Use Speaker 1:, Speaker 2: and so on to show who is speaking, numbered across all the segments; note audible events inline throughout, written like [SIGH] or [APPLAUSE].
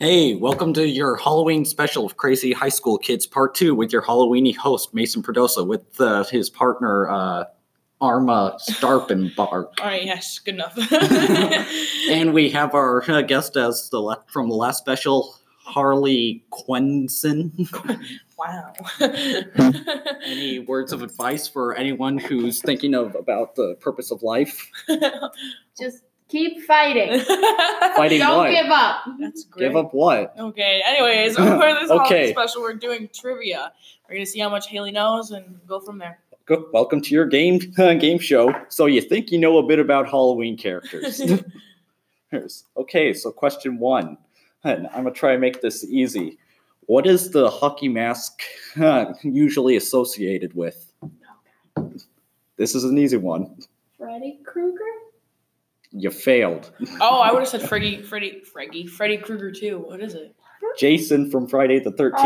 Speaker 1: Hey, welcome to your Halloween special of Crazy High School Kids Part 2 with your Halloweeny host, Mason Perdosa, with uh, his partner, uh, Arma Starpenbark.
Speaker 2: All right, yes, good
Speaker 3: [LAUGHS]
Speaker 2: enough.
Speaker 1: and we have our uh, guest as the la- from the last special, Harley Quenson.
Speaker 2: wow.
Speaker 1: [LAUGHS] Any words of advice for anyone who's thinking of about the purpose of life?
Speaker 3: Just keep fighting.
Speaker 1: Fighting
Speaker 3: Don't
Speaker 1: what?
Speaker 3: give up.
Speaker 2: That's great.
Speaker 1: Give up what?
Speaker 2: Okay. Anyways, for this
Speaker 1: Okay.
Speaker 2: holiday special, we're doing trivia. We're gonna see how much Haley knows and go from there.
Speaker 1: Go- welcome to your game uh, game show. So you think you know a bit about Halloween
Speaker 2: [LAUGHS]
Speaker 1: characters? Here's- okay, so question one. And I'm gonna try and make this easy. What is the hockey mask uh, usually associated with? This is an easy one.
Speaker 3: Freddy Krueger?
Speaker 1: You failed.
Speaker 2: oh, I would have said Freddy, Freddy, Freddy, Freddy Krueger too. What is it?
Speaker 1: Jason from Friday the 13th.
Speaker 3: Oh.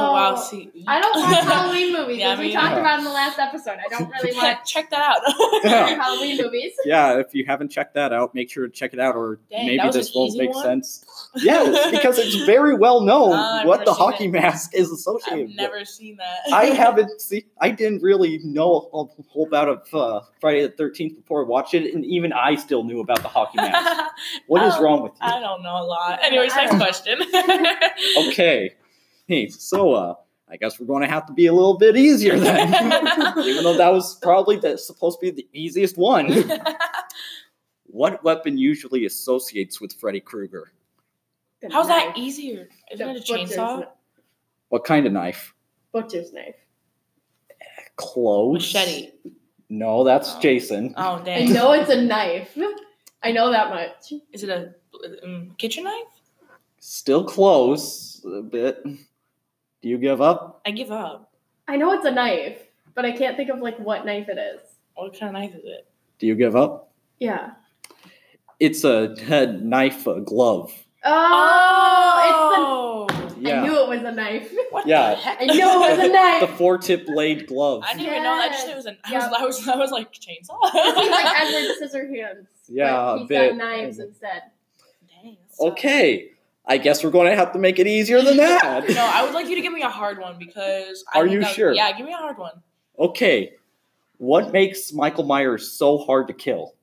Speaker 2: Oh, wow. See, [LAUGHS]
Speaker 3: I don't
Speaker 1: [LAUGHS]
Speaker 3: watch Halloween movies,
Speaker 2: Yeah,
Speaker 3: as
Speaker 2: me
Speaker 3: we talked
Speaker 1: neither.
Speaker 3: about in the last episode. I don't really watch
Speaker 2: Check that out.
Speaker 1: [LAUGHS] Yeah.
Speaker 3: Halloween movies.
Speaker 1: Yeah, if you haven't checked that out, make sure to check it out, or
Speaker 2: Dang, that
Speaker 1: maybe
Speaker 2: was
Speaker 1: this
Speaker 2: an
Speaker 1: won't
Speaker 2: easy
Speaker 1: make
Speaker 2: one?
Speaker 1: sense. Yes, because it's very
Speaker 2: [LAUGHS]
Speaker 1: well known
Speaker 2: Ah, I've
Speaker 1: what
Speaker 2: never
Speaker 1: the
Speaker 2: seen
Speaker 1: hockey
Speaker 2: it.
Speaker 1: mask is
Speaker 2: I've
Speaker 1: associated with.
Speaker 2: never seen that. [LAUGHS]
Speaker 1: I haven't seen. I didn't really know a whole about of uh, Friday the Thirteenth before I watched it, and even I still knew about the hockey
Speaker 2: [LAUGHS]
Speaker 1: mask. What is
Speaker 2: Oh,
Speaker 1: wrong with
Speaker 2: I don't know a lot. Anyways,
Speaker 3: I
Speaker 2: next
Speaker 3: don't
Speaker 2: question.
Speaker 3: [LAUGHS]
Speaker 2: [LAUGHS]
Speaker 1: you? Okay, hey, so uh, I guess we're going to have to be a little bit easier
Speaker 2: [LAUGHS]
Speaker 1: then, even though that was probably the, supposed to be the easiest one. What weapon usually associates with Freddy Krueger?
Speaker 3: The
Speaker 2: How's that
Speaker 3: knife.
Speaker 2: easier? Isn't
Speaker 3: The
Speaker 2: it a
Speaker 3: butcher's
Speaker 2: chainsaw?
Speaker 3: kni-
Speaker 1: What kind of knife?
Speaker 3: Butcher's knife.
Speaker 1: Close.
Speaker 2: Machete.
Speaker 1: No, that's
Speaker 2: Oh.
Speaker 1: Jason.
Speaker 2: Oh
Speaker 3: I
Speaker 2: dang!
Speaker 3: know it's a knife. I know that much.
Speaker 2: Is it a um, kitchen knife?
Speaker 1: Still close a bit. Do you give up?
Speaker 2: I give up.
Speaker 3: I know it's a knife, but I can't think of like what knife it is.
Speaker 2: What kind of knife is it?
Speaker 1: Do you give up?
Speaker 3: Yeah.
Speaker 1: It's a, a knife, a glove.
Speaker 3: Oh,
Speaker 2: it's
Speaker 3: it's the. I
Speaker 1: Um, Yeah.
Speaker 3: knew it was a
Speaker 2: [LAUGHS]
Speaker 3: knife.
Speaker 2: what
Speaker 1: Yeah.
Speaker 2: the heck?
Speaker 3: I knew it was a
Speaker 1: The
Speaker 3: knife.
Speaker 1: four-tip blade glove.
Speaker 2: I didn't even know. I just knew it was an. I was,
Speaker 3: Yes.
Speaker 2: [LAUGHS] I was, I was like chainsaw.
Speaker 3: He's
Speaker 2: [LAUGHS]
Speaker 3: like Edward Scissorhands. but
Speaker 1: Yeah, a
Speaker 3: he's
Speaker 1: bit.
Speaker 3: got knives instead.
Speaker 2: Dang, that sucks.
Speaker 1: Okay, I guess we're going to have to make it easier than
Speaker 2: [LAUGHS] No,
Speaker 1: that.
Speaker 2: I would like you to give me a hard one because. I
Speaker 1: Are
Speaker 2: think
Speaker 1: you
Speaker 2: that-
Speaker 1: sure?
Speaker 2: Yeah, give me a hard one.
Speaker 1: okay, what makes Michael Myers so hard to kill?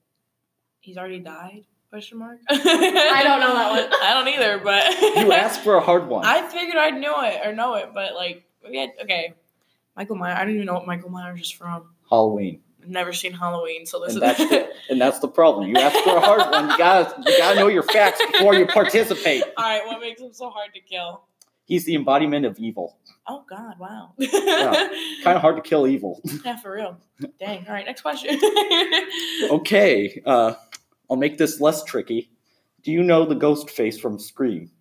Speaker 2: He's already died? Question mark.
Speaker 3: I
Speaker 2: I
Speaker 3: don't know that one.
Speaker 2: [LAUGHS] I don't either, but [LAUGHS]
Speaker 1: You asked for a hard one.
Speaker 2: I figured I'd know it or know it, but like maybe I okay. Michael Myers. I don't even know what Michael Myers is from.
Speaker 1: Halloween,
Speaker 2: I've never seen Halloween, so this
Speaker 1: and that's
Speaker 2: is.
Speaker 1: the, and that's the problem. You asked for a hard one. You gotta you gotta know your facts before you participate.
Speaker 2: [LAUGHS] All right, what makes him so hard to kill?
Speaker 1: He's the embodiment of evil.
Speaker 2: Oh God!
Speaker 1: [LAUGHS]
Speaker 2: Wow.
Speaker 1: Kind of hard to kill evil.
Speaker 2: [LAUGHS] Yeah, for real. Dang. All right, next question. [LAUGHS]
Speaker 1: Okay, uh, I'll make this less tricky. Do you know the ghost face from Scream?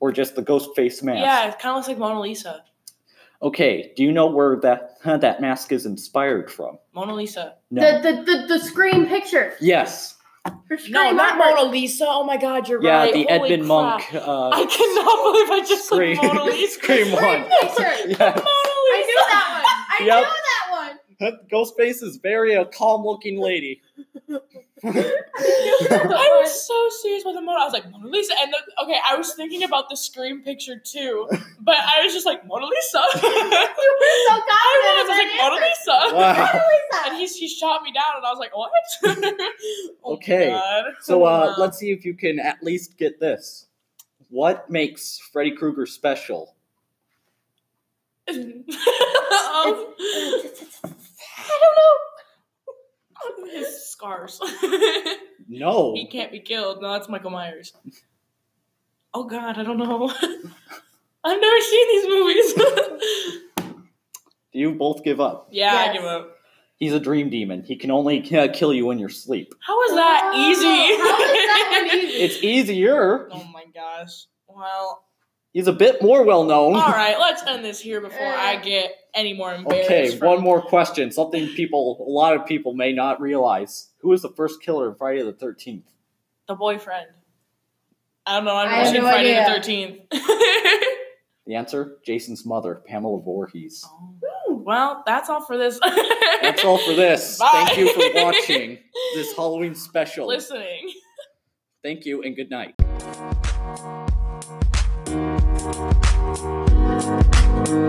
Speaker 1: Or just the ghost face mask?
Speaker 2: yeah, it kind of looks like Mona Lisa.
Speaker 1: Okay, do you know where that that mask is inspired from?
Speaker 2: Mona Lisa.
Speaker 1: No.
Speaker 3: The, the the the scream picture.
Speaker 1: yes.
Speaker 3: For
Speaker 2: No,
Speaker 3: Scream
Speaker 2: not
Speaker 3: Harbor.
Speaker 2: Mona Lisa. Oh my God, you're
Speaker 1: yeah,
Speaker 2: right.
Speaker 1: the
Speaker 2: Holy
Speaker 1: Edmund
Speaker 2: crap.
Speaker 1: Monk uh, [LAUGHS]
Speaker 2: I cannot believe I just
Speaker 1: Scream.
Speaker 2: said Mona
Speaker 1: [LAUGHS]
Speaker 2: Lisa.
Speaker 1: Scream
Speaker 3: Scream
Speaker 1: one.
Speaker 2: [LAUGHS]
Speaker 3: picture.
Speaker 1: Yeah.
Speaker 2: Mona
Speaker 3: I knew
Speaker 2: Lisa.
Speaker 3: that one. I
Speaker 1: Yep.
Speaker 3: knew that one.
Speaker 1: Ghostface is very a calm-looking lady.
Speaker 2: [LAUGHS]
Speaker 3: I knew that
Speaker 2: I
Speaker 3: one.
Speaker 2: was so serious with the Mona. I was like Mona Lisa, and then okay, I was thinking about the Scream picture too, but I was just like Mona Lisa.
Speaker 3: You were so
Speaker 2: I was,
Speaker 3: confident.
Speaker 2: I was like Mona Lisa.
Speaker 1: Wow.
Speaker 2: [LAUGHS] And he, he shot me down, and I was like, "What?" [LAUGHS] Oh my
Speaker 1: Okay.
Speaker 2: God.
Speaker 1: So uh,
Speaker 2: [LAUGHS] Wow.
Speaker 1: let's see if you can at least get this. What makes Freddy Krueger special?
Speaker 2: um,
Speaker 3: I
Speaker 2: his scars. [LAUGHS]
Speaker 1: No.
Speaker 2: he can't be killed. No, that's Michael Myers. Oh God, I don't know. [LAUGHS] I've never seen these movies. [LAUGHS]
Speaker 1: Do you both give up?
Speaker 2: yeah,
Speaker 3: Yes.
Speaker 2: I give up.
Speaker 1: He's a dream demon. He can only uh, kill you in your sleep.
Speaker 2: How is
Speaker 3: don't know.
Speaker 2: that easy? [LAUGHS]
Speaker 3: How is that one easy?
Speaker 1: It's easier.
Speaker 2: oh my gosh. Well,
Speaker 1: He's a bit more well known.
Speaker 2: all right. Let's end this here before I get any more embarrassed.
Speaker 1: [LAUGHS] Okay,
Speaker 2: from-
Speaker 1: one more question. Something people, a lot of people may not realize. Who is the first killer in Friday the 13th?
Speaker 2: The boyfriend. I don't know.
Speaker 3: I
Speaker 2: I'm
Speaker 3: have
Speaker 2: watching
Speaker 3: no
Speaker 2: Friday
Speaker 3: idea.
Speaker 2: the Thirteenth. [LAUGHS]
Speaker 1: The answer Jason's mother, Pamela Voorhees.
Speaker 2: Well, that's all for this.
Speaker 1: That's all for this.
Speaker 2: [LAUGHS] Bye.
Speaker 1: Thank you for watching this Halloween special.
Speaker 2: Listening.
Speaker 1: Thank you and good night. Bye.